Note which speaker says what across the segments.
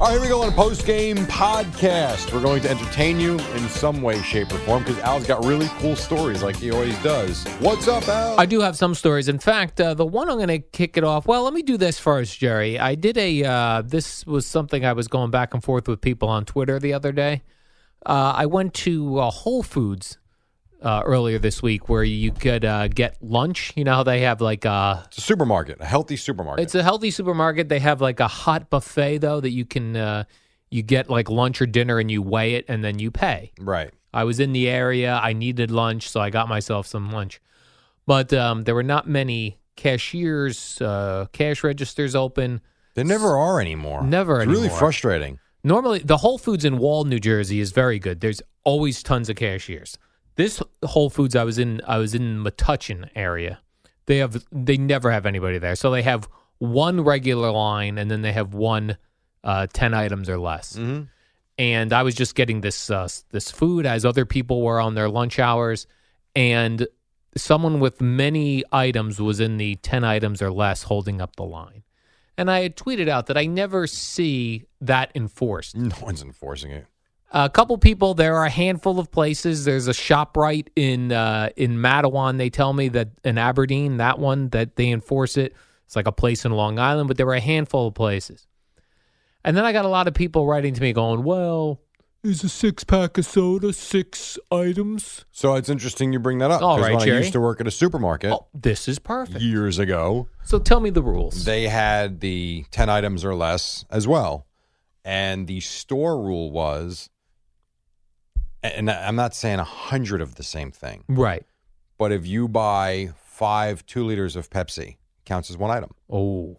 Speaker 1: All right, here we go on a post game podcast. We're going to entertain you in some way, shape, or form because Al's got really cool stories like he always does. What's up, Al?
Speaker 2: I do have some stories. In fact, uh, the one I'm going to kick it off. Well, let me do this first, Jerry. I did a. Uh, this was something I was going back and forth with people on Twitter the other day. Uh, I went to uh, Whole Foods uh, earlier this week where you could uh, get lunch. You know how they have like uh,
Speaker 1: It's a supermarket, a healthy supermarket.
Speaker 2: It's a healthy supermarket. They have like a hot buffet though that you can uh, you get like lunch or dinner and you weigh it and then you pay.
Speaker 1: right.
Speaker 2: I was in the area. I needed lunch, so I got myself some lunch. But um, there were not many cashiers, uh, cash registers open.
Speaker 1: They never are anymore.
Speaker 2: Never
Speaker 1: it's really
Speaker 2: anymore.
Speaker 1: frustrating.
Speaker 2: Normally, the Whole Foods in Wall, New Jersey, is very good. There's always tons of cashiers. This Whole Foods I was in, I was in Metuchen area. They have, they never have anybody there. So they have one regular line, and then they have one uh, ten items or less.
Speaker 1: Mhm.
Speaker 2: And I was just getting this uh, s- this food as other people were on their lunch hours, and someone with many items was in the ten items or less, holding up the line. And I had tweeted out that I never see that enforced.
Speaker 1: No one's enforcing it.
Speaker 2: A couple people. There are a handful of places. There's a Shoprite in uh, in Mattawan. They tell me that in Aberdeen, that one that they enforce it. It's like a place in Long Island, but there were a handful of places. And then I got a lot of people writing to me going, "Well, is a six pack of soda six items?
Speaker 1: So it's interesting you bring that up.
Speaker 2: All
Speaker 1: 'cause
Speaker 2: right,
Speaker 1: when I
Speaker 2: Jerry.
Speaker 1: used to work at a supermarket
Speaker 2: Oh, this is perfect."
Speaker 1: years ago,
Speaker 2: So tell me the rules.
Speaker 1: they had the 10 items or less as well. And the store rule was, and I'm not saying a 100 of the same thing,
Speaker 2: right.
Speaker 1: but if you buy five two liters of Pepsi, counts as one item.
Speaker 2: Oh,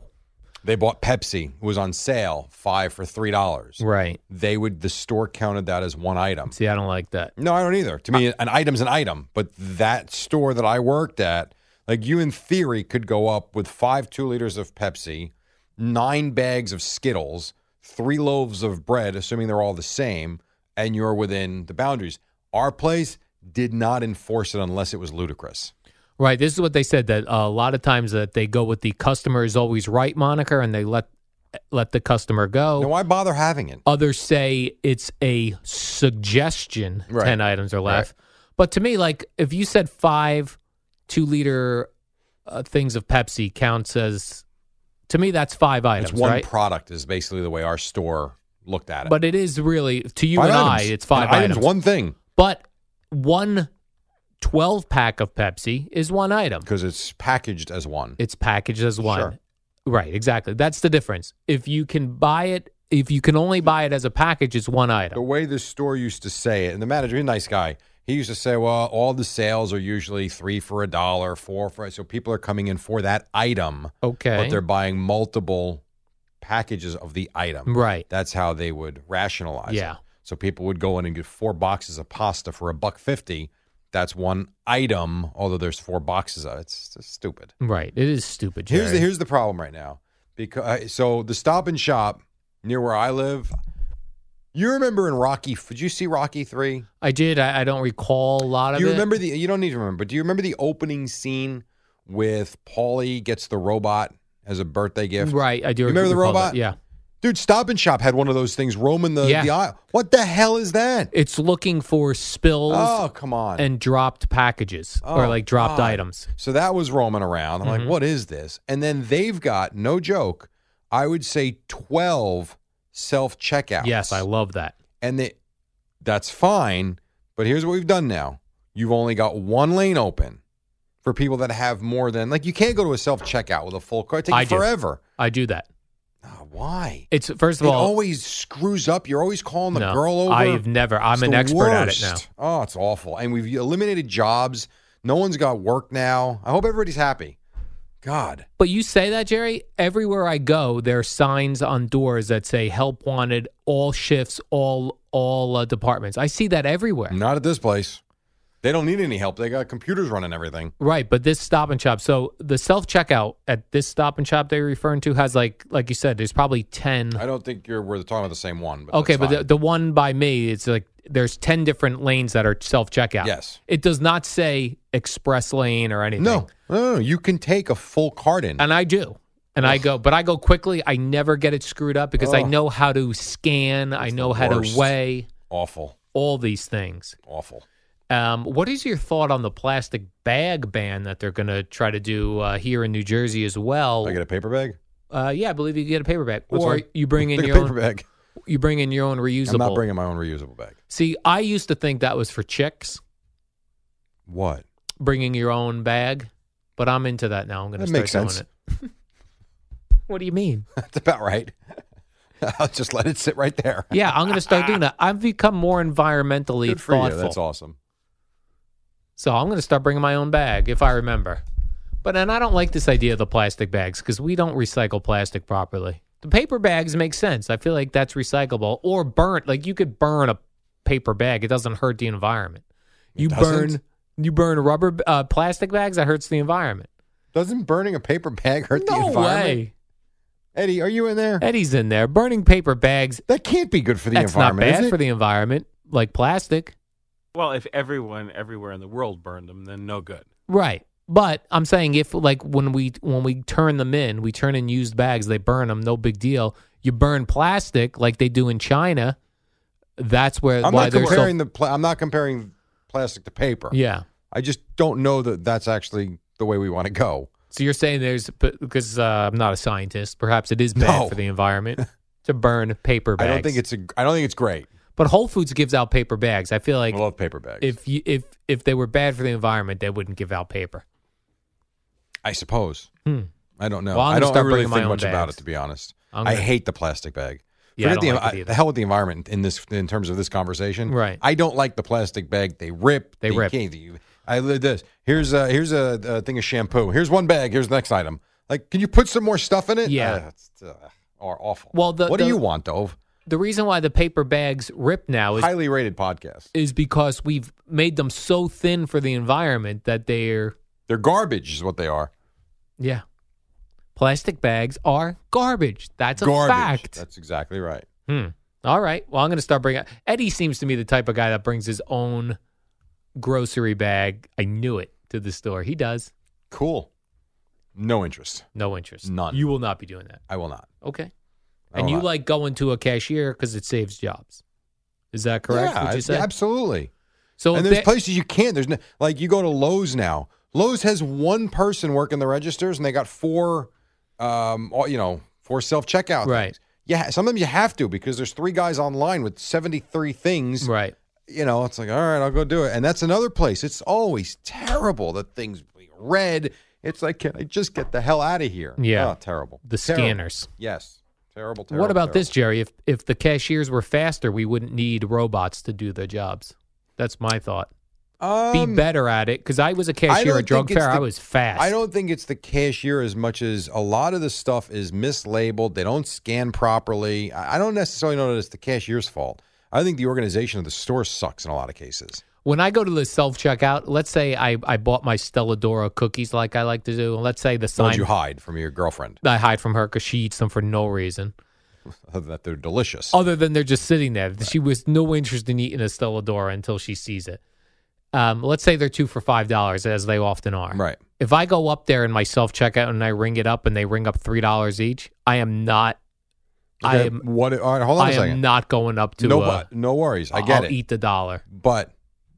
Speaker 1: They bought Pepsi, it was on sale, five for $3.
Speaker 2: right.
Speaker 1: They would, the store counted that as one item.
Speaker 2: See, I don't like that.
Speaker 1: No, I don't either. To me, an item's an item, but that store that I worked at, like you in theory could go up with five two liters of Pepsi, nine bags of Skittles, three loaves of bread, assuming they're all the same, and you're within the boundaries. Our place did not enforce it unless it was ludicrous.
Speaker 2: Right. This is what they said that uh, a lot of times that they go with the customer is always right moniker and they let let the customer go.
Speaker 1: Now, why bother having it?
Speaker 2: Others say it's a suggestion,
Speaker 1: Right.
Speaker 2: ten items or less. But to me, like if you said five two liter uh, things of Pepsi counts as to me that's five items,
Speaker 1: It's one
Speaker 2: right?
Speaker 1: product is basically the way our store looked at it.
Speaker 2: but it is really to you
Speaker 1: Five
Speaker 2: and
Speaker 1: items.
Speaker 2: I, it's five
Speaker 1: And items.
Speaker 2: items.
Speaker 1: One thing
Speaker 2: But one 12 pack of Pepsi is one item.
Speaker 1: because it's packaged as one.
Speaker 2: It's packaged as one.
Speaker 1: Sure.
Speaker 2: Right, exactly. That's the difference. If you can buy it, if you can only buy it as a package, it's one
Speaker 1: the
Speaker 2: item.
Speaker 1: way the store used to say it, and the manager, he's a nice guy. He used to say, "Well, all the sales are usually three for a dollar, four for so people are coming in for that item,
Speaker 2: Okay.
Speaker 1: but they're buying multiple packages of the item."
Speaker 2: right.
Speaker 1: That's how they would rationalize. it.
Speaker 2: Yeah.
Speaker 1: So people would go in and get four boxes of pasta for a buck fifty. That's one item, although there's four boxes of it. It's just stupid.
Speaker 2: Right. It is stupid.
Speaker 1: Here's the
Speaker 2: Jerry.
Speaker 1: here's the problem right now because so the Stop and Shop near where I live. You remember in Rocky? Did you see Rocky three?
Speaker 2: I did. I, I don't recall a lot of
Speaker 1: Do you
Speaker 2: it.
Speaker 1: remember the? You don't need to remember. But do you remember the opening scene with Paulie gets the robot as a birthday gift?
Speaker 2: Right. I do
Speaker 1: You remember the
Speaker 2: recall that.
Speaker 1: robot?
Speaker 2: Yeah.
Speaker 1: Dude, Stop and Shop had one of those things roaming the,
Speaker 2: Yeah.
Speaker 1: the aisle. What the hell is that?
Speaker 2: It's looking for spills
Speaker 1: Oh, come on.
Speaker 2: and dropped packages or
Speaker 1: Oh,
Speaker 2: like dropped
Speaker 1: God.
Speaker 2: items.
Speaker 1: So that was roaming around. I'm
Speaker 2: Mm-hmm.
Speaker 1: like, what is this? And then they've got, no joke, I would say 12 self checkouts.
Speaker 2: Yes, I love that.
Speaker 1: And they, that's fine. But here's what we've done now you've only got one lane open for people that have more than, like, you can't go to a self checkout with a full cart. Take
Speaker 2: I do.
Speaker 1: forever.
Speaker 2: I do that.
Speaker 1: Oh, why?
Speaker 2: It's first of
Speaker 1: it
Speaker 2: all
Speaker 1: always screws up. You're always calling the
Speaker 2: no,
Speaker 1: girl over.
Speaker 2: I've never. I'm
Speaker 1: It's
Speaker 2: an
Speaker 1: the
Speaker 2: expert at it now.
Speaker 1: worst. Oh, it's awful. And we've eliminated jobs. No one's got work now. I hope everybody's happy. God.
Speaker 2: But you say that, Jerry. Everywhere I go, there are signs on doors that say "Help Wanted," all shifts, all all uh, departments. I see that everywhere.
Speaker 1: Not at this place. They don't need any help. They got computers running everything.
Speaker 2: Right, but this Stop and Shop. So the self checkout at this Stop and Shop they're referring to has like like you said, there's probably ten.
Speaker 1: I don't think you're we're talking about the same one. But
Speaker 2: Okay,
Speaker 1: that's
Speaker 2: but the,
Speaker 1: fine.
Speaker 2: the one by me, it's like there's ten different lanes that are self checkout.
Speaker 1: Yes.
Speaker 2: it does not say express lane or anything.
Speaker 1: no, no, no, you can take a full card in.
Speaker 2: and I do. And I go, but I go quickly. I never get it screwed up because I
Speaker 1: Ugh.
Speaker 2: know how to scan. I
Speaker 1: It's
Speaker 2: know
Speaker 1: the
Speaker 2: how to
Speaker 1: worst.
Speaker 2: weigh
Speaker 1: awful,
Speaker 2: all these things.
Speaker 1: awful.
Speaker 2: Um, what is your thought on the plastic bag ban that they're going to try to do uh, here in New Jersey as well?
Speaker 1: I get a paper bag.
Speaker 2: uh, yeah, I believe you get a paper bag,
Speaker 1: That's
Speaker 2: or
Speaker 1: fine.
Speaker 2: you bring in
Speaker 1: Take
Speaker 2: your
Speaker 1: a paper
Speaker 2: own.
Speaker 1: bag.
Speaker 2: You bring in your own reusable.
Speaker 1: I'm not bringing my own reusable bag.
Speaker 2: See, I used to think that was for chicks
Speaker 1: What?
Speaker 2: bringing your own bag, but I'm into that now. I'm going to
Speaker 1: That
Speaker 2: start
Speaker 1: makes
Speaker 2: doing
Speaker 1: sense.
Speaker 2: it. what do you mean?
Speaker 1: That's about right. I'll just let it sit right there.
Speaker 2: Yeah, I'm going to start doing that. I've become more environmentally
Speaker 1: Good for
Speaker 2: thoughtful.
Speaker 1: you. That's awesome.
Speaker 2: So I'm going to start bringing my own bag if I remember. But and I don't like this idea of the plastic bags because we don't recycle plastic properly. The paper bags make sense. I feel like that's recyclable or burnt. Like you could burn a paper bag; it doesn't hurt the environment. You
Speaker 1: doesn't?
Speaker 2: burn you burn rubber uh, plastic bags. That hurts the environment.
Speaker 1: Doesn't burning a paper bag hurt the
Speaker 2: no
Speaker 1: environment?
Speaker 2: way.
Speaker 1: Eddie, are you in there?
Speaker 2: Eddie's in there burning paper bags.
Speaker 1: That can't be good for the
Speaker 2: that's not
Speaker 1: environment.
Speaker 2: bad
Speaker 1: is it?
Speaker 2: for the environment, like plastic.
Speaker 3: Well, if everyone everywhere in the world burned them, then no good.
Speaker 2: Right. But I'm saying if like when we when we turn them in, we turn in used bags, they burn them, no big deal. You burn plastic like they do in China. That's where
Speaker 1: I'm
Speaker 2: why
Speaker 1: not
Speaker 2: they're so-
Speaker 1: comparing the. Pla- I'm not comparing plastic to paper.
Speaker 2: Yeah.
Speaker 1: I just don't know that that's actually the way we want to go.
Speaker 2: So you're saying there's because uh, I'm not a scientist, perhaps it is bad
Speaker 1: No.
Speaker 2: for the environment to burn paper
Speaker 1: I
Speaker 2: bags.
Speaker 1: don't think it's a. I don't think it's great.
Speaker 2: But Whole Foods gives out paper bags. I feel like
Speaker 1: I love paper bags.
Speaker 2: if you if if they were bad for the environment, they wouldn't give out paper.
Speaker 1: I suppose.
Speaker 2: Hmm.
Speaker 1: I don't know.
Speaker 2: Well, I'm
Speaker 1: I
Speaker 2: gonna
Speaker 1: don't
Speaker 2: start
Speaker 1: really
Speaker 2: bringing
Speaker 1: think
Speaker 2: my own
Speaker 1: much about
Speaker 2: bags.
Speaker 1: it to be honest.
Speaker 2: I'm
Speaker 1: I
Speaker 2: gonna-
Speaker 1: hate the plastic bag.
Speaker 2: Yeah, I
Speaker 1: Forget
Speaker 2: don't
Speaker 1: the,
Speaker 2: like it either.
Speaker 1: the hell with the environment in this in terms of this conversation.
Speaker 2: Right.
Speaker 1: I don't like the plastic bag. They rip.
Speaker 2: They rip.
Speaker 1: can't- you- I live this. Here's a here's a, a thing of shampoo. Here's one bag. Here's the next item. Like, can you put some more stuff in it?
Speaker 2: Yeah.
Speaker 1: Uh, it's, uh, or awful.
Speaker 2: Well, the-
Speaker 1: what
Speaker 2: the-
Speaker 1: do you want, Dove?
Speaker 2: The reason why the paper bags rip now is
Speaker 1: Highly rated podcast.
Speaker 2: is because we've made them so thin for the environment that they're
Speaker 1: They're garbage, is what they are.
Speaker 2: yeah. Plastic bags are garbage. That's a
Speaker 1: garbage.
Speaker 2: fact.
Speaker 1: That's exactly right.
Speaker 2: Hmm. All right. Well, I'm going to start bringing. Eddie seems to me the type of guy that brings his own grocery bag. I knew it to the store. He does.
Speaker 1: Cool. No interest.
Speaker 2: No interest.
Speaker 1: None.
Speaker 2: You will not be doing that.
Speaker 1: I will not.
Speaker 2: Okay.
Speaker 1: I
Speaker 2: and
Speaker 1: will
Speaker 2: you
Speaker 1: not.
Speaker 2: like going to a cashier because it saves jobs. Is that correct?
Speaker 1: Yeah,
Speaker 2: what you
Speaker 1: I-
Speaker 2: said?
Speaker 1: absolutely.
Speaker 2: So
Speaker 1: and
Speaker 2: if
Speaker 1: there's
Speaker 2: they-
Speaker 1: places you can't. There's no, like you go to Lowe's now. Lowe's has one person working the registers, and they got four, um, all- you know, four self checkout.
Speaker 2: Right.
Speaker 1: Things. Yeah, sometimes you have to because there's three guys online with 73 things.
Speaker 2: right.
Speaker 1: You know, it's like, all right, I'll go do it. And that's another place. It's always terrible. The things red. It's like, can I just get the hell out of here?
Speaker 2: Yeah.
Speaker 1: Oh, terrible.
Speaker 2: The
Speaker 1: Terrible.
Speaker 2: scanners.
Speaker 1: Yes. Terrible, terrible.
Speaker 2: what about
Speaker 1: terrible.
Speaker 2: this, Jerry? If if the cashiers were faster, we wouldn't need robots to do their jobs. That's my thought. Be
Speaker 1: Um,
Speaker 2: better at it, because I was a
Speaker 1: I
Speaker 2: cashier
Speaker 1: don't
Speaker 2: at drug
Speaker 1: think it's
Speaker 2: fair.
Speaker 1: the-
Speaker 2: I was fast.
Speaker 1: I don't think it's the cashier as much as a lot of the stuff is mislabeled. They don't scan properly. I I don't necessarily know that it's the cashier's fault. I think the organization of the store sucks in a lot of cases.
Speaker 2: When I go to the self checkout, let's say I, I bought my Stelladora cookies like I like to do, and let's say the
Speaker 1: The ones
Speaker 2: sign
Speaker 1: you hide from your girlfriend,
Speaker 2: I hide from her because she eats them for no reason
Speaker 1: other than that they're delicious.
Speaker 2: other than they're just sitting there. She was no interest in eating a Stelladora until she sees it. Um, let's say they're two for five dollars, as they often are.
Speaker 1: Right.
Speaker 2: if I go up there in my self checkout and I ring it up and they ring up three dollars each, I am not I
Speaker 1: Okay,
Speaker 2: am
Speaker 1: What? All right, hold on
Speaker 2: I
Speaker 1: a second.
Speaker 2: am not going up to
Speaker 1: no,
Speaker 2: uh,
Speaker 1: but, no worries. I get
Speaker 2: will
Speaker 1: it.
Speaker 2: eat the dollar.
Speaker 1: but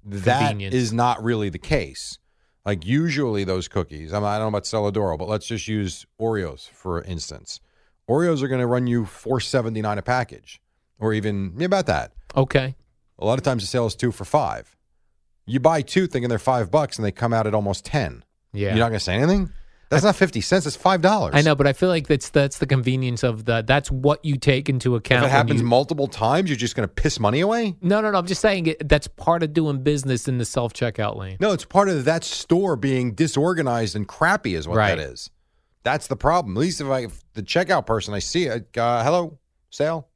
Speaker 1: that
Speaker 2: Convenience.
Speaker 1: is not really the case. Like usually those cookies, I, mean, I don't know about Celadoro, but let's just use Oreos for instance. Oreos are going to run you four seventy nine a package, or even yeah, about that.
Speaker 2: Okay.
Speaker 1: A lot of times the sale is two for five. You buy two thinking they're five bucks, and they come out at almost ten.
Speaker 2: Yeah.
Speaker 1: You're not going to say anything. That's not fifty cents. It's five dollars.
Speaker 2: I know, but I feel like that's that's the convenience of the that's what you take into account.
Speaker 1: If it
Speaker 2: when
Speaker 1: happens
Speaker 2: you-
Speaker 1: multiple times, you're just going to piss money away.
Speaker 2: no, no, no. I'm just saying it, that's part of doing business in the self checkout lane.
Speaker 1: No, it's part of that store being disorganized and crappy is what
Speaker 2: Right.
Speaker 1: that is. That's the problem. At least if I if the checkout person I see it, uh, hello, sale,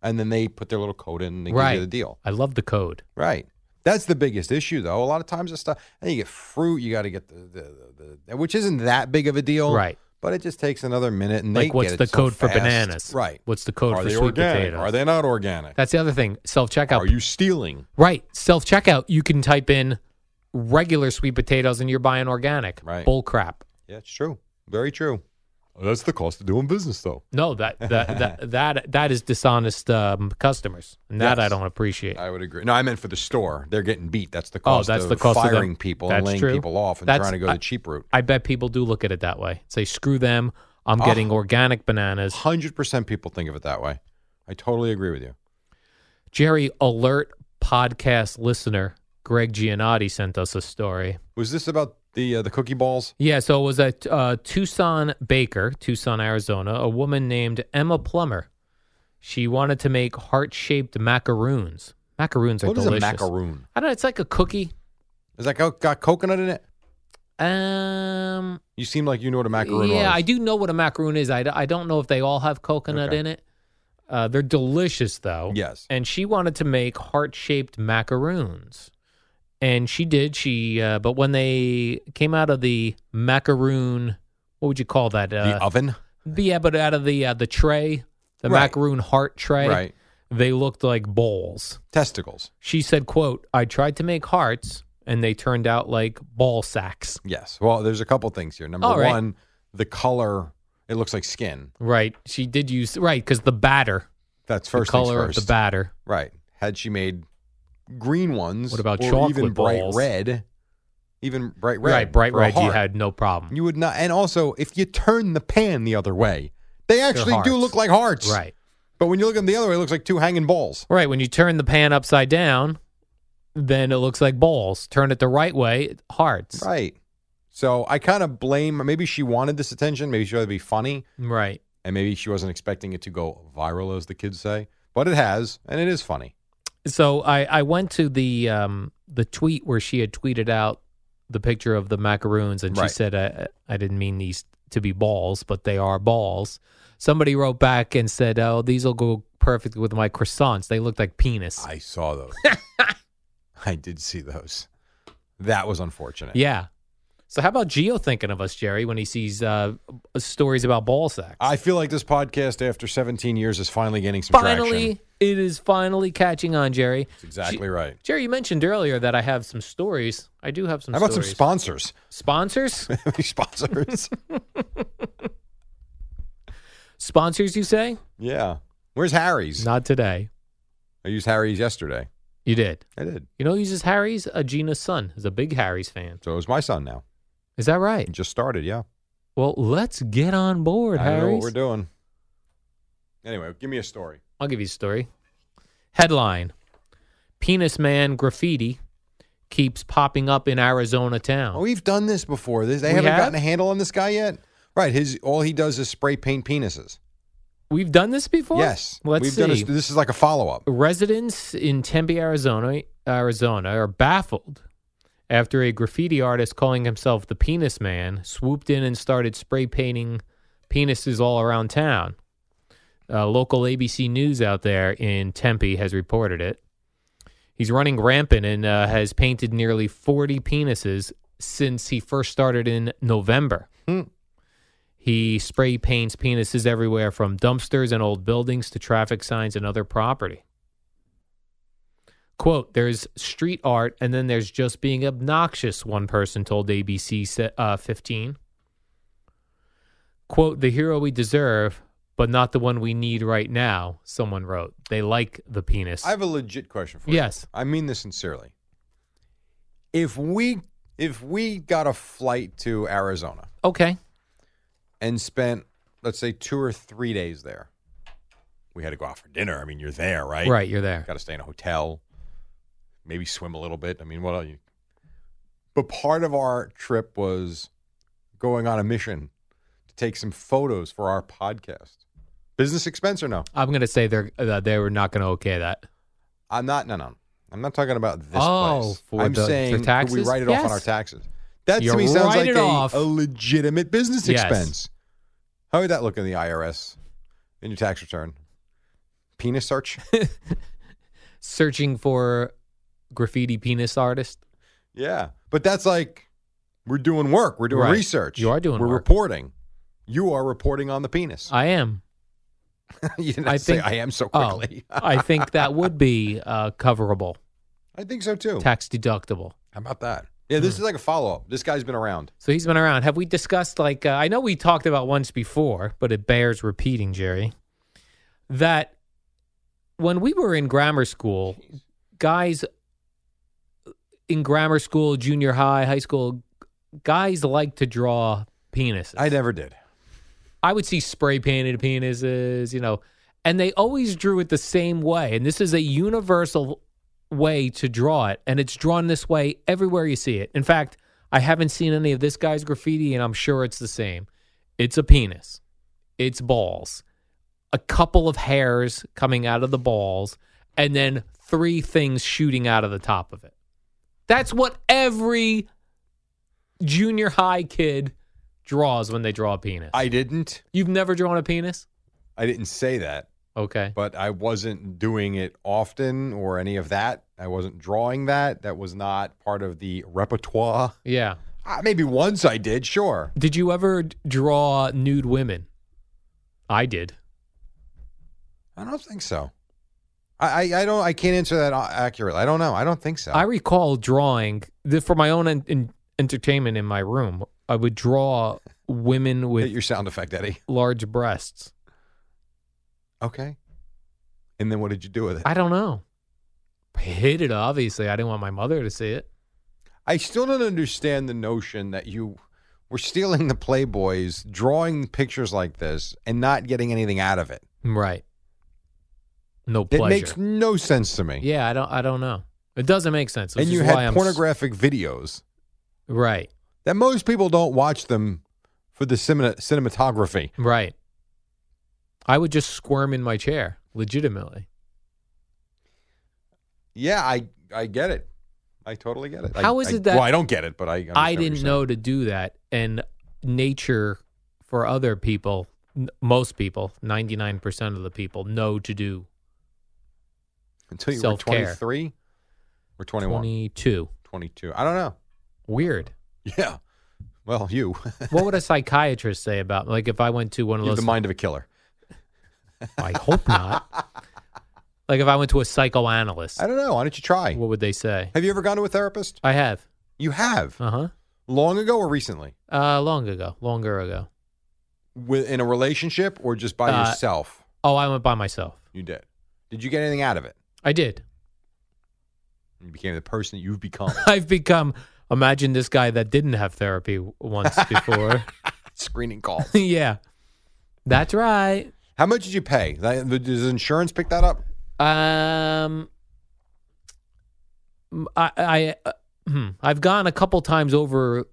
Speaker 1: and then they put their little code in and they give
Speaker 2: Right.
Speaker 1: you the deal.
Speaker 2: I love the code.
Speaker 1: Right. That's the biggest issue though. A lot of times it's stuff and you get fruit, you got to get the, the, the, the which isn't that big of a deal.
Speaker 2: Right.
Speaker 1: But it just takes another minute and
Speaker 2: Like
Speaker 1: they
Speaker 2: what's
Speaker 1: get it
Speaker 2: the
Speaker 1: so
Speaker 2: code for
Speaker 1: fast.
Speaker 2: bananas?
Speaker 1: Right.
Speaker 2: What's the code
Speaker 1: Are
Speaker 2: for
Speaker 1: they
Speaker 2: sweet
Speaker 1: organic?
Speaker 2: potatoes?
Speaker 1: Are they not organic?
Speaker 2: That's the other thing. Self
Speaker 1: Are
Speaker 2: checkout.
Speaker 1: you stealing?
Speaker 2: right. Self checkout. You can type in regular sweet potatoes and you're buying organic.
Speaker 1: Right.
Speaker 2: Bull crap.
Speaker 1: Yeah, it's true. Very true. That's the cost of doing business though.
Speaker 2: No, that that that that, that is dishonest um, customers, and that
Speaker 1: Yes.
Speaker 2: I don't appreciate.
Speaker 1: I would agree. No, I meant for the store. They're getting beat. That's the
Speaker 2: Oh,
Speaker 1: cost.
Speaker 2: that's
Speaker 1: of
Speaker 2: the cost of them.
Speaker 1: firing people and
Speaker 2: That's
Speaker 1: laying
Speaker 2: true.
Speaker 1: people off and
Speaker 2: That's-
Speaker 1: trying to go the
Speaker 2: I-
Speaker 1: cheap route.
Speaker 2: I bet people do look at it that way. Say, screw them. I'm
Speaker 1: Ah.
Speaker 2: getting organic bananas.
Speaker 1: Hundred percent people think of it that way. I totally agree with you.
Speaker 2: Jerry, alert podcast listener Greg Giannotti sent us a story.
Speaker 1: Was this about the uh, the cookie balls?
Speaker 2: Yeah, so it was a uh, Tucson baker, Tucson, Arizona, a woman named Emma Plummer. She wanted to make heart shaped macaroons. Macaroons are
Speaker 1: What is
Speaker 2: delicious.
Speaker 1: a macaroon?
Speaker 2: I don't know. It's like a cookie.
Speaker 1: Is that co- got coconut in it?
Speaker 2: Um,
Speaker 1: You seem like you know what a macaroon
Speaker 2: yeah,
Speaker 1: is.
Speaker 2: I do know what a macaroon is. I, d- I don't know if they all have coconut
Speaker 1: Okay.
Speaker 2: in it. Uh, they're delicious, though.
Speaker 1: Yes.
Speaker 2: And she wanted to make heart shaped macaroons. And she did. She, uh, but when they came out of the macaroon, what would you call that? Uh,
Speaker 1: The oven,
Speaker 2: yeah, but out of the uh, the tray, the
Speaker 1: Right.
Speaker 2: macaroon heart tray,
Speaker 1: right?
Speaker 2: they looked like bowls.
Speaker 1: Testicles.
Speaker 2: She said, "quote I tried to make hearts, and they turned out like ball sacks."
Speaker 1: Yes. Well, there's a couple things here. Number
Speaker 2: All right.
Speaker 1: one, the color. It looks like skin.
Speaker 2: Right. She did use right because the batter,
Speaker 1: That's first.
Speaker 2: the color
Speaker 1: things first.
Speaker 2: of the batter.
Speaker 1: Right. Had she made green ones,
Speaker 2: What about
Speaker 1: or even
Speaker 2: chocolate
Speaker 1: bright
Speaker 2: balls?
Speaker 1: red, even bright red,
Speaker 2: right, bright
Speaker 1: for a
Speaker 2: red. You
Speaker 1: heart,
Speaker 2: had no problem.
Speaker 1: you would not. And also, if you turn the pan the other way, they actually
Speaker 2: hearts.
Speaker 1: do look like hearts.
Speaker 2: right,
Speaker 1: But when you look at them the other way, it looks like two hanging balls.
Speaker 2: right. When you turn the pan upside down, then it looks like balls. Turn it the right way, hearts.
Speaker 1: Right. So I kind of blame. Maybe she wanted this attention. Maybe she wanted to be funny,
Speaker 2: Right.
Speaker 1: and maybe she wasn't expecting it to go viral, as the kids say. But it has, and it is funny.
Speaker 2: So I I went to the um the tweet where she had tweeted out the picture of the macaroons, and she
Speaker 1: Right.
Speaker 2: said, I, "I didn't mean these to be balls, but they are balls." Somebody wrote back and said, "Oh, these will go perfect with my croissants. They look like penis."
Speaker 1: I saw those. I did see those. That was unfortunate.
Speaker 2: Yeah. So how about Gio thinking of us, Jerry, when he sees uh, stories about ball sacks?
Speaker 1: I feel like this podcast, after 17 years, is finally getting some traction.
Speaker 2: finally, it is finally catching on, Jerry.
Speaker 1: That's exactly right.
Speaker 2: Jerry, you mentioned earlier that I have some stories. I do have some.
Speaker 1: How about some
Speaker 2: stories.
Speaker 1: sponsors?
Speaker 2: sponsors?
Speaker 1: Any sponsors?
Speaker 2: sponsors, you say?
Speaker 1: yeah. Where's Harry's?
Speaker 2: Not today.
Speaker 1: I used Harry's yesterday.
Speaker 2: You did.
Speaker 1: I did.
Speaker 2: You know, who uses Harry's. Uh, Gina's son is a big Harry's fan.
Speaker 1: So is my son now.
Speaker 2: Is that right?
Speaker 1: He just started. Yeah.
Speaker 2: Well, let's get on board,
Speaker 1: I know what
Speaker 2: Harry's.
Speaker 1: we're doing. Anyway, give me a story.
Speaker 2: I'll give you a story. Headline: Penis man graffiti keeps popping up in Arizona town.
Speaker 1: Oh, we've done this before. This, they
Speaker 2: We
Speaker 1: haven't
Speaker 2: have?
Speaker 1: gotten a handle on this guy yet. Right. His all he does is spray paint penises.
Speaker 2: We've done this before.
Speaker 1: Yes.
Speaker 2: Let's
Speaker 1: we've
Speaker 2: see.
Speaker 1: Done a, this is like a follow up.
Speaker 2: Residents in Tempe, Arizona, Arizona, are baffled after a graffiti artist calling himself the Penis Man swooped in and started spray painting penises all around town. Uh, local ABC News out there in Tempe has reported it. He's running rampant and uh, has painted nearly 40 penises since he first started in November.
Speaker 1: Hmm.
Speaker 2: He spray paints penises everywhere from dumpsters and old buildings to traffic signs and other property. Quote, there's street art and then there's just being obnoxious, one person told ABC se- uh, 15. Quote, the hero we deserve, but not the one we need right now, someone wrote. They like the penis.
Speaker 1: I have a legit question for you.
Speaker 2: Yes.
Speaker 1: I mean this sincerely. If we if we got a flight to Arizona
Speaker 2: okay.
Speaker 1: and spent let's say 2 or 3 days there. We had to go out for dinner. I mean, you're there, right?
Speaker 2: Right, you're there.
Speaker 1: Got to stay in a hotel. Maybe swim a little bit. I mean, what else? You... But part of our trip was going on a mission to take some photos for our podcast. Business expense or no?
Speaker 2: I'm going to say they're uh, they were not going to okay that.
Speaker 1: I'm not. No, no. I'm not talking about this
Speaker 2: Oh,
Speaker 1: place.
Speaker 2: for
Speaker 1: I'm
Speaker 2: the- for
Speaker 1: saying could we
Speaker 2: taxes?
Speaker 1: write it off on
Speaker 2: Yes.
Speaker 1: our taxes. That
Speaker 2: You
Speaker 1: to me sounds
Speaker 2: write
Speaker 1: like
Speaker 2: it
Speaker 1: a,
Speaker 2: off.
Speaker 1: a legitimate business
Speaker 2: Yes.
Speaker 1: expense. How would that look in the IRS in your tax return? Penis search?
Speaker 2: Searching for graffiti penis artist.
Speaker 1: yeah, but that's like we're doing work. We're doing
Speaker 2: Right.
Speaker 1: research.
Speaker 2: You are doing
Speaker 1: We're
Speaker 2: work.
Speaker 1: reporting. You are reporting on the penis.
Speaker 2: I am.
Speaker 1: you didn't
Speaker 2: I
Speaker 1: say
Speaker 2: think-
Speaker 1: I am so
Speaker 2: Oh,
Speaker 1: quickly.
Speaker 2: I think that would be uh, coverable,
Speaker 1: I think so too.
Speaker 2: tax deductible.
Speaker 1: How about that? Yeah,
Speaker 2: Hmm.
Speaker 1: this is like a follow up. This guy's been around.
Speaker 2: So he's been around. Have we discussed like uh, I know we talked about once before, but it bears repeating, Jerry, that when we were in grammar school, guys in grammar school, junior high, high school, guys like to draw penises.
Speaker 1: I never did.
Speaker 2: I would see spray painted penises, you know, and they always drew it the same way. And this is a universal way to draw it. And it's drawn this way everywhere you see it. In fact, I haven't seen any of this guy's graffiti, and I'm sure it's the same. It's a penis, it's balls, a couple of hairs coming out of the balls, and then three things shooting out of the top of it. That's what every junior high kid draws when they draw a penis.
Speaker 1: I didn't.
Speaker 2: You've never drawn a penis?
Speaker 1: I didn't say that.
Speaker 2: Okay.
Speaker 1: but I wasn't doing it often or any of that. I wasn't drawing that. That was not part of the repertoire.
Speaker 2: Yeah.
Speaker 1: Ah, maybe once I did, sure.
Speaker 2: Did you ever d- draw nude women? I did.
Speaker 1: I don't think so. I, I, I don't. I can't answer that a- accurately. I don't know. I don't think so.
Speaker 2: I recall drawing the, for my own en- en- entertainment in my room. I would draw women
Speaker 1: Hit
Speaker 2: with
Speaker 1: your sound effect, Eddie.
Speaker 2: large breasts.
Speaker 1: Okay. And then what did you do with it? I,
Speaker 2: I don't know. I hid it obviously. I didn't want my mother to see it.
Speaker 1: still don't understand the notion that you were stealing the Playboys, drawing pictures like this, and not getting anything out of it.
Speaker 2: Right. No
Speaker 1: It
Speaker 2: pleasure.
Speaker 1: makes no sense to me.
Speaker 2: yeah, I don't. I don't know. It doesn't make sense. which
Speaker 1: and
Speaker 2: is
Speaker 1: you
Speaker 2: why I'm s-
Speaker 1: had pornographic videos.
Speaker 2: Right.
Speaker 1: that most people don't watch them for the cinema, cinematography.
Speaker 2: Right. I would just squirm in my chair, legitimately.
Speaker 1: Yeah, I I get it. I totally get it. I-
Speaker 2: How is
Speaker 1: I-
Speaker 2: it that-
Speaker 1: well I don't get it, but I understand
Speaker 2: I
Speaker 1: what you're
Speaker 2: didn't
Speaker 1: saying.
Speaker 2: know to do that, and nature for other people, n- most people, ninety nine percent of the people know to do
Speaker 1: until you
Speaker 2: self-care.
Speaker 1: were 23 or 21,
Speaker 2: twenty two.
Speaker 1: 22. I don't know.
Speaker 2: Weird.
Speaker 1: Yeah. Well, you,
Speaker 2: What would a psychiatrist say about like if I went to one of
Speaker 1: you have
Speaker 2: those?
Speaker 1: the mind of a killer.
Speaker 2: I hope not. like if I went to a psychoanalyst,
Speaker 1: I don't know. Why don't you try?
Speaker 2: what would they say?
Speaker 1: have you ever gone to a therapist?
Speaker 2: I have.
Speaker 1: You have
Speaker 2: Uh huh.
Speaker 1: long ago or recently
Speaker 2: Uh, long ago, longer ago.
Speaker 1: with in a relationship or just by
Speaker 2: Uh,
Speaker 1: yourself?
Speaker 2: Oh, I went by myself.
Speaker 1: You did. Did you get anything out of it?
Speaker 2: I did.
Speaker 1: You became the person that you've become.
Speaker 2: I've become. Imagine this guy that didn't have therapy w- once before.
Speaker 1: Screening call.
Speaker 2: yeah, that's right.
Speaker 1: How much did you pay? That- Does insurance pick that up?
Speaker 2: Um, m- I, I uh, hmm, I've gone a couple times over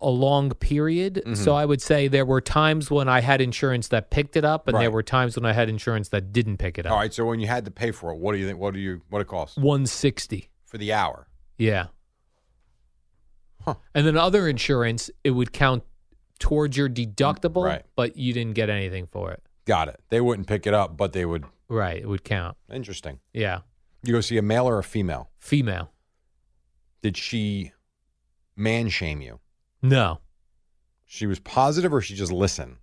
Speaker 2: a long period,
Speaker 1: Mm-hmm.
Speaker 2: so I would say there were times when I had insurance that picked it up, and there
Speaker 1: Right.
Speaker 2: were times when I had insurance that didn't pick it up.
Speaker 1: All right. So when you had to pay for it, what do you think? What do you? What it cost
Speaker 2: one sixty,
Speaker 1: for the hour?
Speaker 2: yeah.
Speaker 1: Huh.
Speaker 2: And then other insurance, it would count towards your deductible,
Speaker 1: right.
Speaker 2: but you didn't get anything for it.
Speaker 1: Got it. They wouldn't pick it up, but they would.
Speaker 2: Right, it would count.
Speaker 1: Interesting.
Speaker 2: Yeah,
Speaker 1: You go see a male or a female?
Speaker 2: female.
Speaker 1: Did she man shame you?
Speaker 2: No,
Speaker 1: She was positive, or she just listen?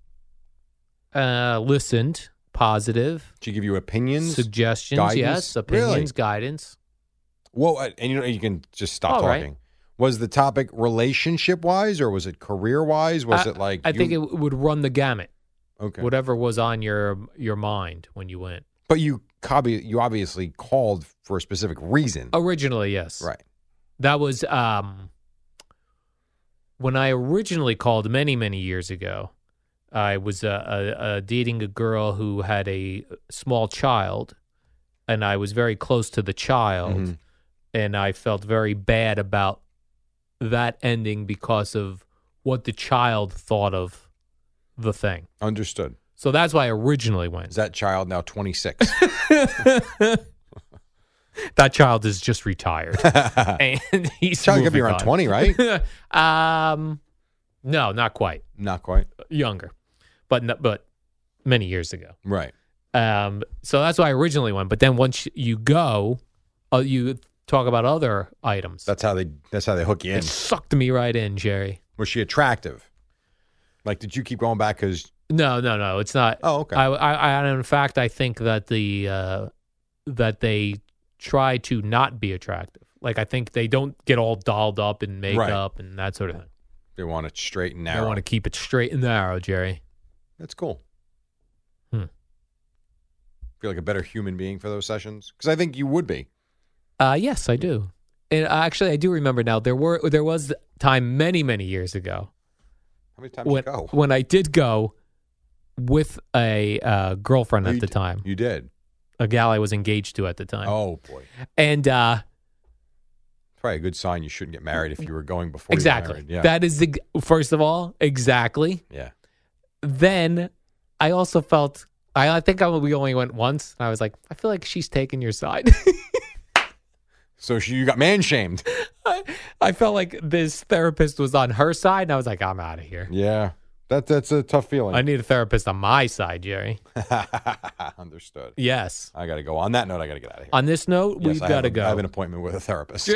Speaker 2: uh, listened positive.
Speaker 1: She give you opinions?
Speaker 2: suggestions,
Speaker 1: Guidance?
Speaker 2: yes,
Speaker 1: Really?
Speaker 2: opinions, guidance.
Speaker 1: Whoa! uh, And you know you can just stop
Speaker 2: All right.
Speaker 1: talking. Was the topic relationship wise, or was it career wise? Was
Speaker 2: I-
Speaker 1: it like
Speaker 2: I
Speaker 1: you-
Speaker 2: think it w- would run the gamut.
Speaker 1: Okay.
Speaker 2: whatever was on your your mind when you went
Speaker 1: But you copy, you obviously called for a specific reason.
Speaker 2: Oh. originally. Yes,
Speaker 1: Right.
Speaker 2: That was um, when I originally called many, many years ago. I was uh, uh, uh, dating a girl who had a small child, and I was very close to the child,
Speaker 1: Mhm.
Speaker 2: and I felt very bad about that ending because of what the child thought of the thing.
Speaker 1: Understood.
Speaker 2: So that's why I originally went.
Speaker 1: Is that child now 26?
Speaker 2: that child is just retired, and he's
Speaker 1: child could be
Speaker 2: moving
Speaker 1: around
Speaker 2: on.
Speaker 1: 20, right?
Speaker 2: um, no, not quite
Speaker 1: Not quite.
Speaker 2: younger, but no, but many years ago.
Speaker 1: Right.
Speaker 2: Um, so that's why I originally went. But then once you go, uh, you talk about other items.
Speaker 1: That's how they. That's how they hook you in.
Speaker 2: it sucked me right in, Jerry.
Speaker 1: Was she attractive? Like, did you keep going back because?
Speaker 2: No, no, no. It's not.
Speaker 1: Oh, okay.
Speaker 2: I, I, I, in fact, I think that the uh, that they try to not be attractive. Like I think they don't get all dolled up in makeup and that sort of thing.
Speaker 1: They want it straight and
Speaker 2: They
Speaker 1: narrow.
Speaker 2: want to keep it straight and narrow, Jerry.
Speaker 1: That's cool.
Speaker 2: Hmm.
Speaker 1: Feel like a better human being for those sessions because I think you would be.
Speaker 2: Uh, yes, I do. And actually, I do remember now. There were there was time many many years ago
Speaker 1: How many times
Speaker 2: when
Speaker 1: did you go?
Speaker 2: when I did go with a uh, girlfriend
Speaker 1: Oh,
Speaker 2: at
Speaker 1: you
Speaker 2: the
Speaker 1: d-
Speaker 2: time,
Speaker 1: you did.
Speaker 2: a gal I was engaged to at the time,
Speaker 1: Oh boy,
Speaker 2: and uh,
Speaker 1: probably a good sign you shouldn't get married if you were going before. you were
Speaker 2: exactly
Speaker 1: married. Yeah.
Speaker 2: that is the first of all exactly.
Speaker 1: yeah.
Speaker 2: Then I also felt I, I think I we only went once. And I was like, I feel like she's taking your side.
Speaker 1: So she, you got man shamed.
Speaker 2: I felt like this therapist was on her side, and I was like, I'm out of here.
Speaker 1: yeah. That that's a tough feeling.
Speaker 2: I need a therapist on my side, Jerry.
Speaker 1: Understood.
Speaker 2: Yes.
Speaker 1: I got to go. On that note, I got to get out of here.
Speaker 2: On this note,
Speaker 1: Yes,
Speaker 2: Uh, we've
Speaker 1: I
Speaker 2: got to
Speaker 1: have a- I have an
Speaker 2: go.
Speaker 1: appointment with a therapist.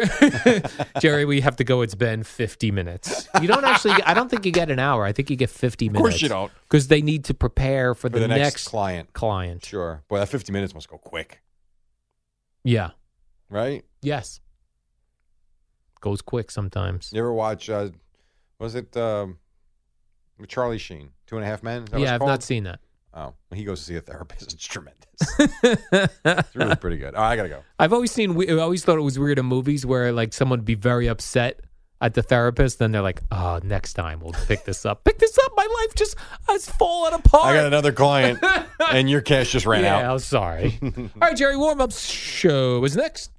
Speaker 2: Jerry, we have to go. It's been 50 minutes. You don't actually, I don't think you get an hour. I think you get 50 minutes.
Speaker 1: Of course you don't.
Speaker 2: Because they need to prepare for,
Speaker 1: For the, next, client.
Speaker 2: client.
Speaker 1: Sure. Boy, that 50 minutes must go quick,
Speaker 2: Yeah.
Speaker 1: right?
Speaker 2: Yes. Goes quick sometimes.
Speaker 1: You ever watch, uh, was it um, with Charlie Sheen, Two and a Half Men? Is that what
Speaker 2: Yeah,
Speaker 1: it's
Speaker 2: I've
Speaker 1: called?
Speaker 2: not seen that.
Speaker 1: Oh, when he goes to see a therapist. It's tremendous. it's really pretty good. All right, I got to go.
Speaker 2: I've always seen, we- I always thought it was weird in movies where like someone would be very upset at the therapist. Then they're like, oh, next time we'll pick this up. pick this up. My life just has fallen apart.
Speaker 1: I got another client, and your cash just ran
Speaker 2: yeah,
Speaker 1: out.
Speaker 2: I'm sorry. All right, Jerry, warm up show is next.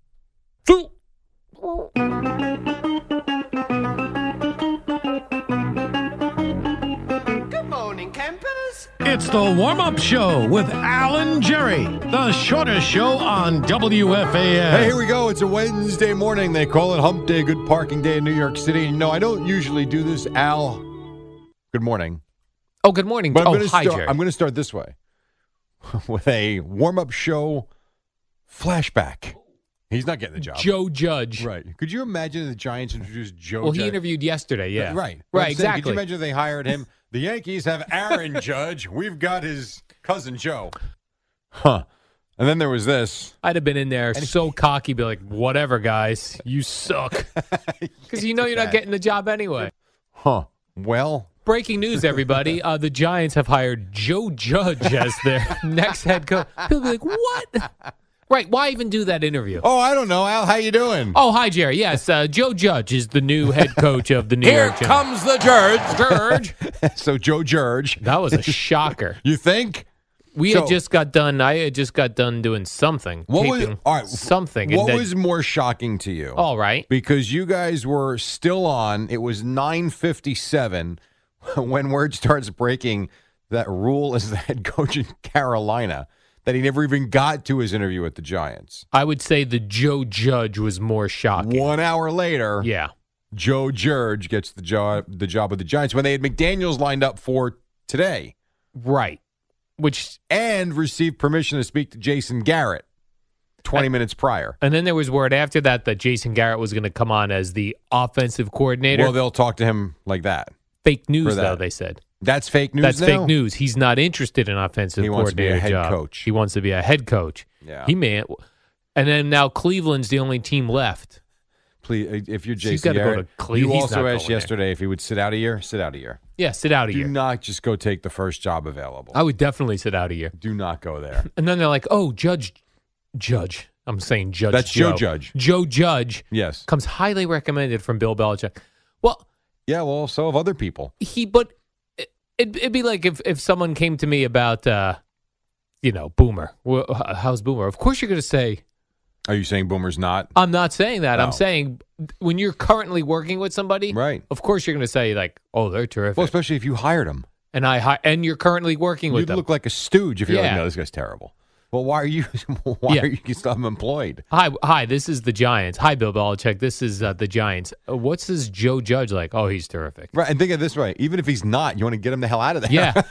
Speaker 2: Two.
Speaker 4: It's the warm up show with Alan Jerry, the shortest show on WFAN.
Speaker 1: Hey, here we go. It's a Wednesday morning. They call it Hump Day, Good Parking Day in New York City. And no, I don't usually do this. Al, good morning.
Speaker 2: Oh, good morning.
Speaker 1: But I'm
Speaker 2: oh,
Speaker 1: gonna
Speaker 2: hi,
Speaker 1: start,
Speaker 2: Jerry.
Speaker 1: I'm going to start this way with a warm up show flashback. He's not getting the job.
Speaker 2: Joe Judge.
Speaker 1: Right. Could you imagine the Giants introduced Joe
Speaker 2: Well,
Speaker 1: Judge?
Speaker 2: he interviewed yesterday. Yeah.
Speaker 1: Right. But I'm
Speaker 2: Right.
Speaker 1: saying,
Speaker 2: Exactly.
Speaker 1: Could you imagine if they hired him? The Yankees have Aaron Judge. We've got his cousin Joe. Huh. And then there was this.
Speaker 2: I'd have been in there so cocky, be like, "Whatever, guys, you suck," because you know you're not getting the job anyway.
Speaker 1: Huh. Well,
Speaker 2: Breaking news, everybody: uh, the Giants have hired Joe Judge as their next head coach. He'll be like, "What? Right? Why even do that interview?"
Speaker 1: oh, I don't know, Al. How you doing?
Speaker 2: Oh, hi, Jerry. Yes, uh, Joe Judge is the new head coach of the New York Giants.
Speaker 1: the Judge.
Speaker 2: Judge.
Speaker 1: so Joe Judge.
Speaker 2: That was a shocker.
Speaker 1: You think?
Speaker 2: We
Speaker 1: So-
Speaker 2: had just got done. I had just got done doing something.
Speaker 1: What was
Speaker 2: taping
Speaker 1: all right?
Speaker 2: Something. Oh, and
Speaker 1: What
Speaker 2: then-
Speaker 1: was more shocking to you?
Speaker 2: all right?
Speaker 1: because you guys were still on. It was nine fifty seven when word starts breaking that Rule is the head coach in Carolina. That he never even got to his interview with the Giants.
Speaker 2: I would say the Joe Judge was more shocking.
Speaker 1: One hour later,
Speaker 2: Yeah.
Speaker 1: Joe Judge gets the job the job with the Giants when they had McDaniel's lined up for today
Speaker 2: Right. Which
Speaker 1: and received permission to speak to Jason Garrett twenty minutes prior.
Speaker 2: and then there was word after that that Jason Garrett was going to come on as the offensive coordinator.
Speaker 1: Well, they'll talk to him like that.
Speaker 2: fake
Speaker 1: for
Speaker 2: news
Speaker 1: that.
Speaker 2: though they said.
Speaker 1: That's fake news.
Speaker 2: That's
Speaker 1: now?
Speaker 2: fake news. He's not interested in offensive
Speaker 1: He wants to be a
Speaker 2: coordinator
Speaker 1: head
Speaker 2: job.
Speaker 1: coach.
Speaker 2: He wants to be a head coach.
Speaker 1: Yeah.
Speaker 2: He may and then now Cleveland's the only team left.
Speaker 1: please, uh, if you're
Speaker 2: She's
Speaker 1: JC
Speaker 2: gotta go
Speaker 1: Barrett,
Speaker 2: to Cle-
Speaker 1: you
Speaker 2: he's
Speaker 1: also
Speaker 2: not
Speaker 1: asked
Speaker 2: going there.
Speaker 1: yesterday if he would sit out a year. Sit out a year.
Speaker 2: Yeah, sit out a
Speaker 1: Do
Speaker 2: year.
Speaker 1: not just go take the first job available.
Speaker 2: I would definitely sit out a year.
Speaker 1: Do not go there.
Speaker 2: And then they're like, oh, Judge, Judge. I'm saying Judge.
Speaker 1: That's Joe
Speaker 2: Joe
Speaker 1: Judge.
Speaker 2: Joe Judge
Speaker 1: Yes.
Speaker 2: comes highly recommended from Bill Belichick. Well,
Speaker 1: Yeah. Well, so have other people.
Speaker 2: he, but it, it'd, it'd be like if, if someone came to me about, uh, you know, Boomer. Well, h- how's Boomer? Of course you're going to say,
Speaker 1: Are you saying Boomer's not
Speaker 2: I'm not saying that.
Speaker 1: No.
Speaker 2: I'm saying when you're currently working with somebody,
Speaker 1: right?
Speaker 2: of course you're going to say, like, oh, they're terrific.
Speaker 1: Well, especially if you hired him,
Speaker 2: and I hi- and you're currently working with
Speaker 1: you'd
Speaker 2: them.
Speaker 1: look like a stooge if you're like,
Speaker 2: Yeah.
Speaker 1: no, this guy's terrible. Well, why are you? why
Speaker 2: Yeah.
Speaker 1: are you still employed?
Speaker 2: Hi, hi. This is the Giants. Hi, Bill Belichick. This is uh, the Giants. Uh, what's this Joe Judge like? Oh, he's terrific.
Speaker 1: Right. And think of it this way: even if he's not, you want to get him the hell out of there.
Speaker 2: Yeah.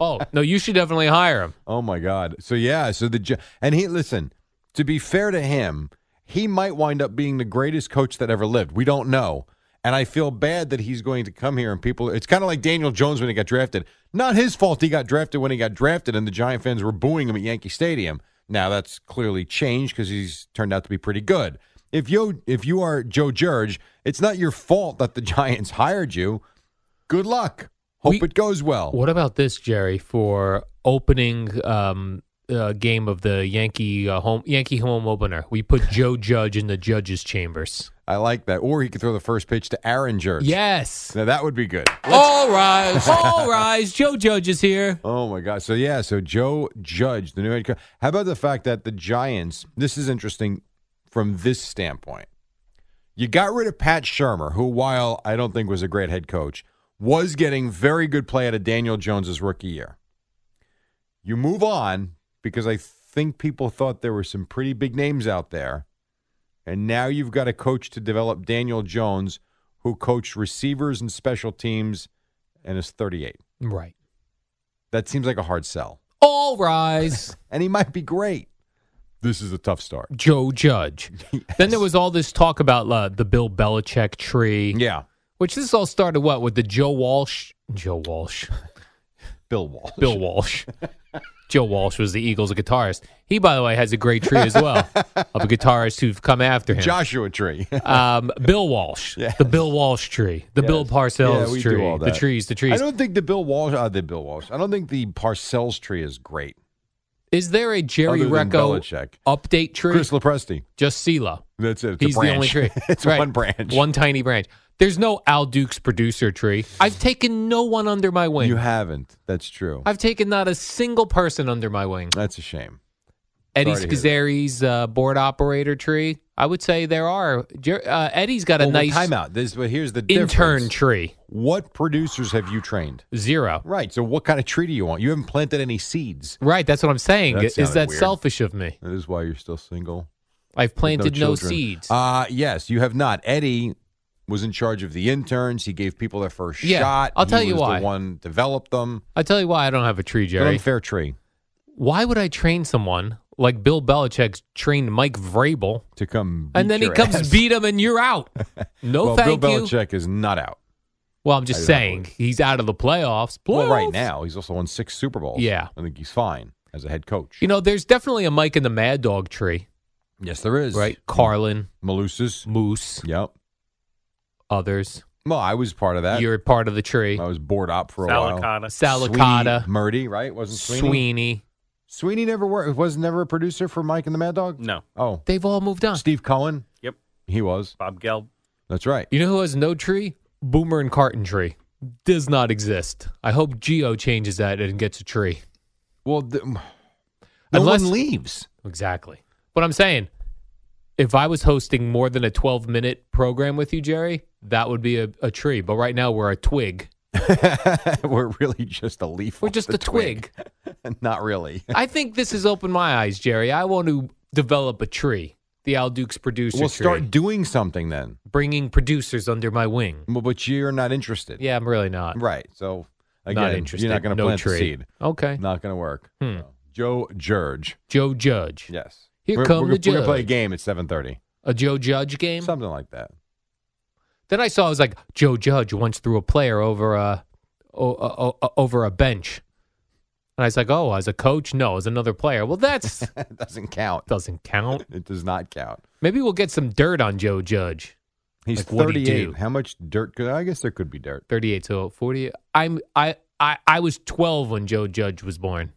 Speaker 2: oh no, you should definitely hire him.
Speaker 1: Oh my God. So yeah. So the Gi- and he listen. To be fair to him, he might wind up being the greatest coach that ever lived. We don't know. And I feel bad that he's going to come here and people. It's kind of like Daniel Jones when he got drafted. Not his fault he got drafted when he got drafted, and the Giant fans were booing him at Yankee Stadium. Now that's clearly changed because he's turned out to be pretty good. If you if you are Joe Judge, it's not your fault that the Giants hired you. Good luck. Hope
Speaker 2: We-
Speaker 1: it goes well.
Speaker 2: What about this, Jerry, for opening um, uh, game of the Yankee uh, home Yankee home opener? We put Joe Judge in the judges' chambers.
Speaker 1: I like that. Or he could throw the first pitch to Aaron Judge.
Speaker 2: Yes.
Speaker 1: Now that would be good.
Speaker 2: All rise. All rise. Joe Judge is here.
Speaker 1: Oh my God! So yeah, so Joe Judge, the new head coach. How about the fact that the Giants? This is interesting from this standpoint. You got rid of Pat Shermer, who, while I don't think was a great head coach, was getting very good play out of Daniel Jones's rookie year. You move on because I think people thought there were some pretty big names out there, and now you've got a coach to develop Daniel Jones, who coached receivers and special teams, and is thirty-eight.
Speaker 2: Right.
Speaker 1: That seems like a hard sell.
Speaker 2: All rise.
Speaker 1: And he might be great. This is a tough start.
Speaker 2: Joe Judge. Then there was all this talk about uh, the Bill Belichick tree.
Speaker 1: Yeah.
Speaker 2: Which this all started what with the Joe Walsh, Joe Walsh,
Speaker 1: Bill Walsh.
Speaker 2: Bill Walsh. Joe Walsh was the Eagles' guitarist. He, by the way, has a great tree as well of guitarists who've come after him.
Speaker 1: Joshua Tree.
Speaker 2: Um, Bill Walsh, the Bill Walsh tree, the Bill Parcells
Speaker 1: Yeah, we do
Speaker 2: tree,
Speaker 1: all
Speaker 2: the
Speaker 1: that.
Speaker 2: trees, the
Speaker 1: I
Speaker 2: trees.
Speaker 1: don't think the Bill Walsh, uh, the Bill Walsh, I don't think the Parcells tree is great.
Speaker 2: Is there a Jerry
Speaker 1: Other than
Speaker 2: Recco
Speaker 1: Belichick.
Speaker 2: update tree?
Speaker 1: Chris Lepresti.
Speaker 2: Just CeeLo.
Speaker 1: That's it. It's a
Speaker 2: He's the only
Speaker 1: branch.
Speaker 2: tree.
Speaker 1: it's
Speaker 2: Right.
Speaker 1: one branch.
Speaker 2: One tiny branch. There's no Al Duke's producer tree. I've taken no one under my wing.
Speaker 1: You haven't. That's true.
Speaker 2: I've taken not a single person under my wing.
Speaker 1: That's a shame.
Speaker 2: Eddie
Speaker 1: Sorry to hear
Speaker 2: Scazzeri's uh, board operator tree. I would say there are. Jer- Uh, Eddie's got a
Speaker 1: Well,
Speaker 2: nice
Speaker 1: timeout. This, but here's the
Speaker 2: intern
Speaker 1: difference.
Speaker 2: tree.
Speaker 1: What producers have you trained?
Speaker 2: Zero.
Speaker 1: Right. So what kind of tree do you want? You haven't planted any seeds.
Speaker 2: Right. That's what I'm saying.
Speaker 1: That
Speaker 2: Is
Speaker 1: sounded
Speaker 2: that
Speaker 1: weird.
Speaker 2: selfish of me?
Speaker 1: That is why you're still single.
Speaker 2: I've
Speaker 1: with
Speaker 2: planted no,
Speaker 1: children.
Speaker 2: seeds.
Speaker 1: Uh yes, you have not. Eddie was in charge of the interns. He gave people their first
Speaker 2: Yeah,
Speaker 1: shot.
Speaker 2: I'll
Speaker 1: He
Speaker 2: tell you
Speaker 1: was
Speaker 2: why.
Speaker 1: The one developed them.
Speaker 2: I'll tell you why I don't have a tree,
Speaker 1: An
Speaker 2: Jerry.
Speaker 1: unfair tree
Speaker 2: Why would I train someone like Bill Belichick trained Mike Vrabel
Speaker 1: to come, beat
Speaker 2: and then he
Speaker 1: your
Speaker 2: comes
Speaker 1: ass.
Speaker 2: beat him and you're out? No
Speaker 1: well,
Speaker 2: thank
Speaker 1: Bill
Speaker 2: you.
Speaker 1: Belichick is not out.
Speaker 2: Well, I'm
Speaker 1: I
Speaker 2: just
Speaker 1: don't
Speaker 2: saying
Speaker 1: believe-
Speaker 2: he's out of the playoffs.
Speaker 1: Well, right
Speaker 2: Playoffs?
Speaker 1: now he's also won six Super Bowls.
Speaker 2: Yeah.
Speaker 1: I think he's fine as a head coach.
Speaker 2: You know, there's definitely a Mike and the Mad Dog tree,
Speaker 1: yes, there is.
Speaker 2: right? Carlin,
Speaker 1: Malusis.
Speaker 2: Moose,
Speaker 1: Yep.
Speaker 2: others.
Speaker 1: Well, I was part of that.
Speaker 2: You're part of the tree.
Speaker 1: I was bored up for a while.
Speaker 3: Salicata.
Speaker 2: Salicata,
Speaker 1: Sweeney, Murdy, right? Wasn't Sweeney?
Speaker 2: Sweeney.
Speaker 1: Sweeney never worked. Was never a producer for Mike and the Mad Dog.
Speaker 3: No.
Speaker 1: Oh,
Speaker 2: They've all moved on.
Speaker 1: Steve Cohen.
Speaker 3: Yep.
Speaker 1: He was.
Speaker 3: Bob Gelb.
Speaker 1: That's right.
Speaker 2: You know who has no tree? Boomer and Carton tree. Does not exist. I hope Geo changes that and gets a tree.
Speaker 1: Well, the, no
Speaker 2: Unless-
Speaker 1: one leaves.
Speaker 2: Exactly. But I'm saying, if I was hosting more than a 12 minute program with you, Jerry, that would be a, a tree. But right now we're a twig.
Speaker 1: We're really just a leaf.
Speaker 2: We're
Speaker 1: off
Speaker 2: just
Speaker 1: the
Speaker 2: a twig.
Speaker 1: Not really.
Speaker 2: I think this has opened my eyes, Jerry. I want to develop a tree. The Al Dukes producer
Speaker 1: we'll
Speaker 2: tree.
Speaker 1: start doing something then.
Speaker 2: bringing producers under my wing.
Speaker 1: Well, but you're not interested.
Speaker 2: Yeah, I'm really not.
Speaker 1: Right. So again,
Speaker 2: not interested.
Speaker 1: you're not going to
Speaker 2: no
Speaker 1: plant the
Speaker 2: tree.
Speaker 1: seed.
Speaker 2: Okay.
Speaker 1: Not going to work.
Speaker 2: Hmm.
Speaker 1: No. Joe George.
Speaker 2: Joe Judge.
Speaker 1: Yes.
Speaker 2: Here
Speaker 1: we're,
Speaker 2: come
Speaker 1: we're,
Speaker 2: the
Speaker 1: We're going to play a
Speaker 2: judge.
Speaker 1: game at 7:30.
Speaker 2: A Joe Judge game.
Speaker 1: Something like that.
Speaker 2: Then I saw it was like Joe Judge once threw a player over a o- o- o- over a bench, and I was like, oh, as a coach, no, as another player. Well, that's
Speaker 1: it doesn't count.
Speaker 2: doesn't count.
Speaker 1: It does not count.
Speaker 2: Maybe we'll get some dirt on Joe Judge.
Speaker 1: He's
Speaker 2: Like, what'd he
Speaker 1: 38.
Speaker 2: do?
Speaker 1: How much dirt? Could, I guess there could be dirt.
Speaker 2: 38 so 40 i'm i i, I was 12 when joe judge was born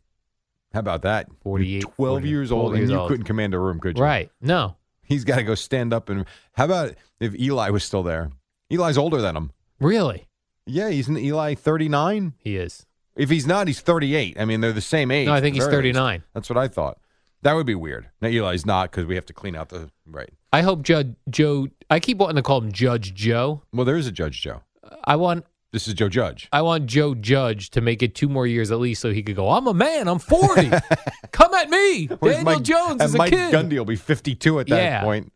Speaker 1: How about that? You're
Speaker 2: 48,
Speaker 1: 12
Speaker 2: 40,
Speaker 1: years
Speaker 2: 12
Speaker 1: old,
Speaker 2: years
Speaker 1: and you
Speaker 2: old.
Speaker 1: couldn't command a room, could you?
Speaker 2: right no
Speaker 1: He's got to go stand up and. How about if Eli was still there? Eli's older than him.
Speaker 2: really
Speaker 1: Yeah, he's an Eli 39.
Speaker 2: he is
Speaker 1: If he's not, he's 38. I mean, they're the same age.
Speaker 2: no i
Speaker 1: at
Speaker 2: think
Speaker 1: the
Speaker 2: he's
Speaker 1: very least.
Speaker 2: 39
Speaker 1: That's what I thought. That would be weird. Now Eli's not because we have to clean out the right.
Speaker 2: i hope judge joe i keep wanting to call him judge joe
Speaker 1: Well, there is a Judge Joe.
Speaker 2: i want
Speaker 1: This is Joe Judge.
Speaker 2: I want Joe Judge to make it two more years at least, so he could go. I'm a man. I'm 40. Come at me,
Speaker 1: Where's
Speaker 2: Daniel
Speaker 1: Mike-
Speaker 2: Jones
Speaker 1: and
Speaker 2: is a
Speaker 1: Mike
Speaker 2: kid.
Speaker 1: Gundy will be 52 at that
Speaker 2: Yeah.
Speaker 1: point.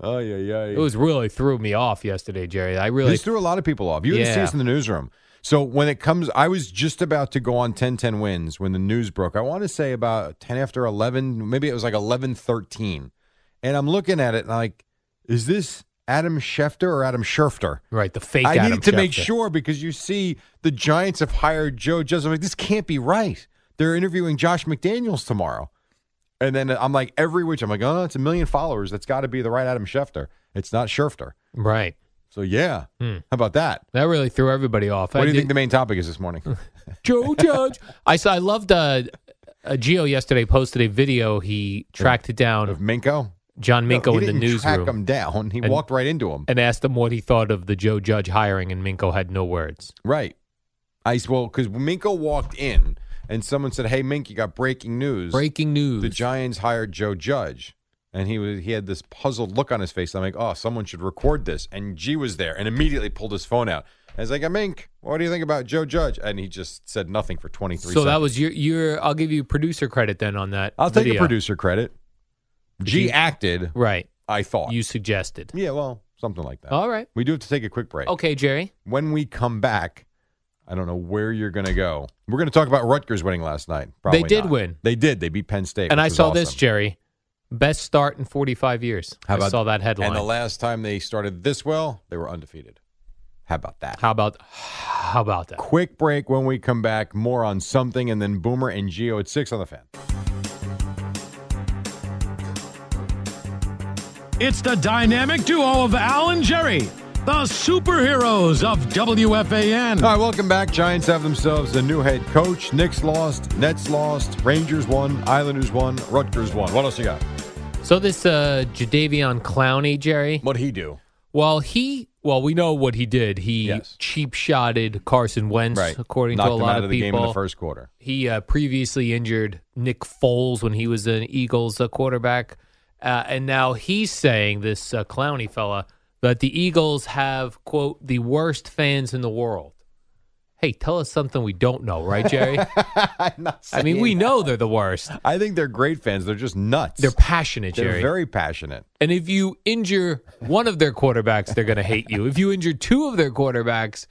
Speaker 1: Oh yeah, yeah.
Speaker 2: It was really threw me off yesterday, Jerry. I really
Speaker 1: This threw a lot of people off. You didn't see
Speaker 2: Yeah.
Speaker 1: us in the newsroom. So when it comes, I was just about to go on 10-10 wins when the news broke. I want to say about 10 after 11, maybe it was like 11-13. And I'm looking at it and like, is this Adam Schefter or Adam Scherfter?
Speaker 2: right the fake.
Speaker 1: I
Speaker 2: Adam
Speaker 1: needed to make
Speaker 2: Schefter.
Speaker 1: sure because you see the Giants have hired Joe Judge. I'm like, this can't be right. They're interviewing Josh McDaniels tomorrow. And then I'm like, every which I'm like, oh, it's a million followers. That's got to be the right Adam Schefter. It's not Scherfter.
Speaker 2: Right.
Speaker 1: So yeah,
Speaker 2: Hmm.
Speaker 1: how about that?
Speaker 2: That really threw everybody off. I
Speaker 1: What do you
Speaker 2: did-
Speaker 1: think the main topic is this morning?
Speaker 2: Joe Judge. I saw. I loved. Uh, uh, Geo yesterday posted a video. He tracked it
Speaker 1: of
Speaker 2: down
Speaker 1: Minko?
Speaker 2: John Minko
Speaker 1: he
Speaker 2: in the
Speaker 1: didn't Track
Speaker 2: newsroom
Speaker 1: him down. He
Speaker 2: And-
Speaker 1: walked right into him.
Speaker 2: and asked him what he thought of the Joe Judge hiring, and Minko had no words.
Speaker 1: Right. I s- well because Minko walked in and someone said, "Hey, Mink, you got breaking news.
Speaker 2: Breaking news.
Speaker 1: The Giants hired Joe Judge." And he was he had this puzzled look on his face. I'm like, "Oh, someone should record this." And G was there and immediately pulled his phone out. I was like, "Uh, "Mink, what do you think about Joe Judge?" And he just said nothing for 23
Speaker 2: so
Speaker 1: seconds.
Speaker 2: that was your your. I'll give you producer credit then on that.
Speaker 1: I'll take the
Speaker 2: video.
Speaker 1: producer credit. G acted,
Speaker 2: Right.
Speaker 1: I thought.
Speaker 2: You suggested.
Speaker 1: yeah, well, something like that.
Speaker 2: All right.
Speaker 1: We do have to take a quick break.
Speaker 2: Okay, Jerry.
Speaker 1: when we come back, I don't know where you're going to go. We're going to talk about Rutgers winning last night. Probably
Speaker 2: did
Speaker 1: not.
Speaker 2: win.
Speaker 1: They did. They beat Penn State.
Speaker 2: and
Speaker 1: which
Speaker 2: I
Speaker 1: was
Speaker 2: saw this,
Speaker 1: awesome.
Speaker 2: Jerry. Best start in 45 years.
Speaker 1: How about
Speaker 2: I saw that headline.
Speaker 1: And the last time they started this well, they were undefeated. How about that?
Speaker 2: how about how about that?
Speaker 1: Quick break when we come back. More on something, and then Boomer and Geo at six on the fan.
Speaker 4: It's the dynamic duo of Al and Jerry, the superheroes of WFAN.
Speaker 1: All right, welcome back. Giants have themselves a new head coach. Knicks lost, Nets lost, Rangers won, Islanders won, Rutgers won. What else you got?
Speaker 2: So this uh Jadavion Clowney, Jerry.
Speaker 1: What'd he do?
Speaker 2: Well, he well, we know what he did. He
Speaker 1: Yes.
Speaker 2: cheap shotted Carson Wentz
Speaker 1: Right,
Speaker 2: according
Speaker 1: knocked
Speaker 2: to a
Speaker 1: him
Speaker 2: lot
Speaker 1: out of, the
Speaker 2: people.
Speaker 1: game in the first quarter.
Speaker 2: He uh, previously injured Nick Foles when he was an Eagles uh, quarterback, uh, and now he's saying this uh, clowny fella that the Eagles have quote the worst fans in the world. Hey, tell us something we don't know, right, Jerry?
Speaker 1: I'm not
Speaker 2: I mean,
Speaker 1: saying
Speaker 2: we know they're the worst.
Speaker 1: I think they're great fans. They're just nuts.
Speaker 2: They're passionate,
Speaker 1: They're
Speaker 2: Jerry.
Speaker 1: very passionate.
Speaker 2: and if you injure one of their quarterbacks, they're going to hate you. If you injure two of their quarterbacks,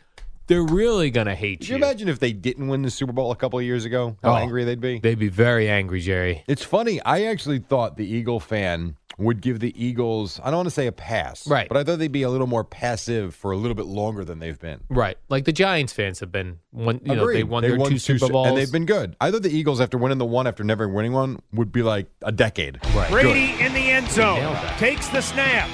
Speaker 2: they're really going to hate
Speaker 1: Could you imagine if they didn't win the Super Bowl a couple of years ago? How
Speaker 2: Oh.
Speaker 1: angry they'd be.
Speaker 2: They'd be very angry, Jerry.
Speaker 1: it's funny. I actually thought the Eagle fan would give the Eagles. I don't want to say a pass,
Speaker 2: Right.
Speaker 1: But I thought they'd be a little more passive for a little bit longer than they've been.
Speaker 2: Right. Like the Giants fans have been one you know,
Speaker 1: Agreed.
Speaker 2: they won their two Super
Speaker 1: Su-
Speaker 2: Bowls.
Speaker 1: and they've been good. I thought the Eagles, after winning the one after never winning one, would be like a decade. Right.
Speaker 5: Brady in the end zone
Speaker 2: Nailed that.
Speaker 5: takes the snap.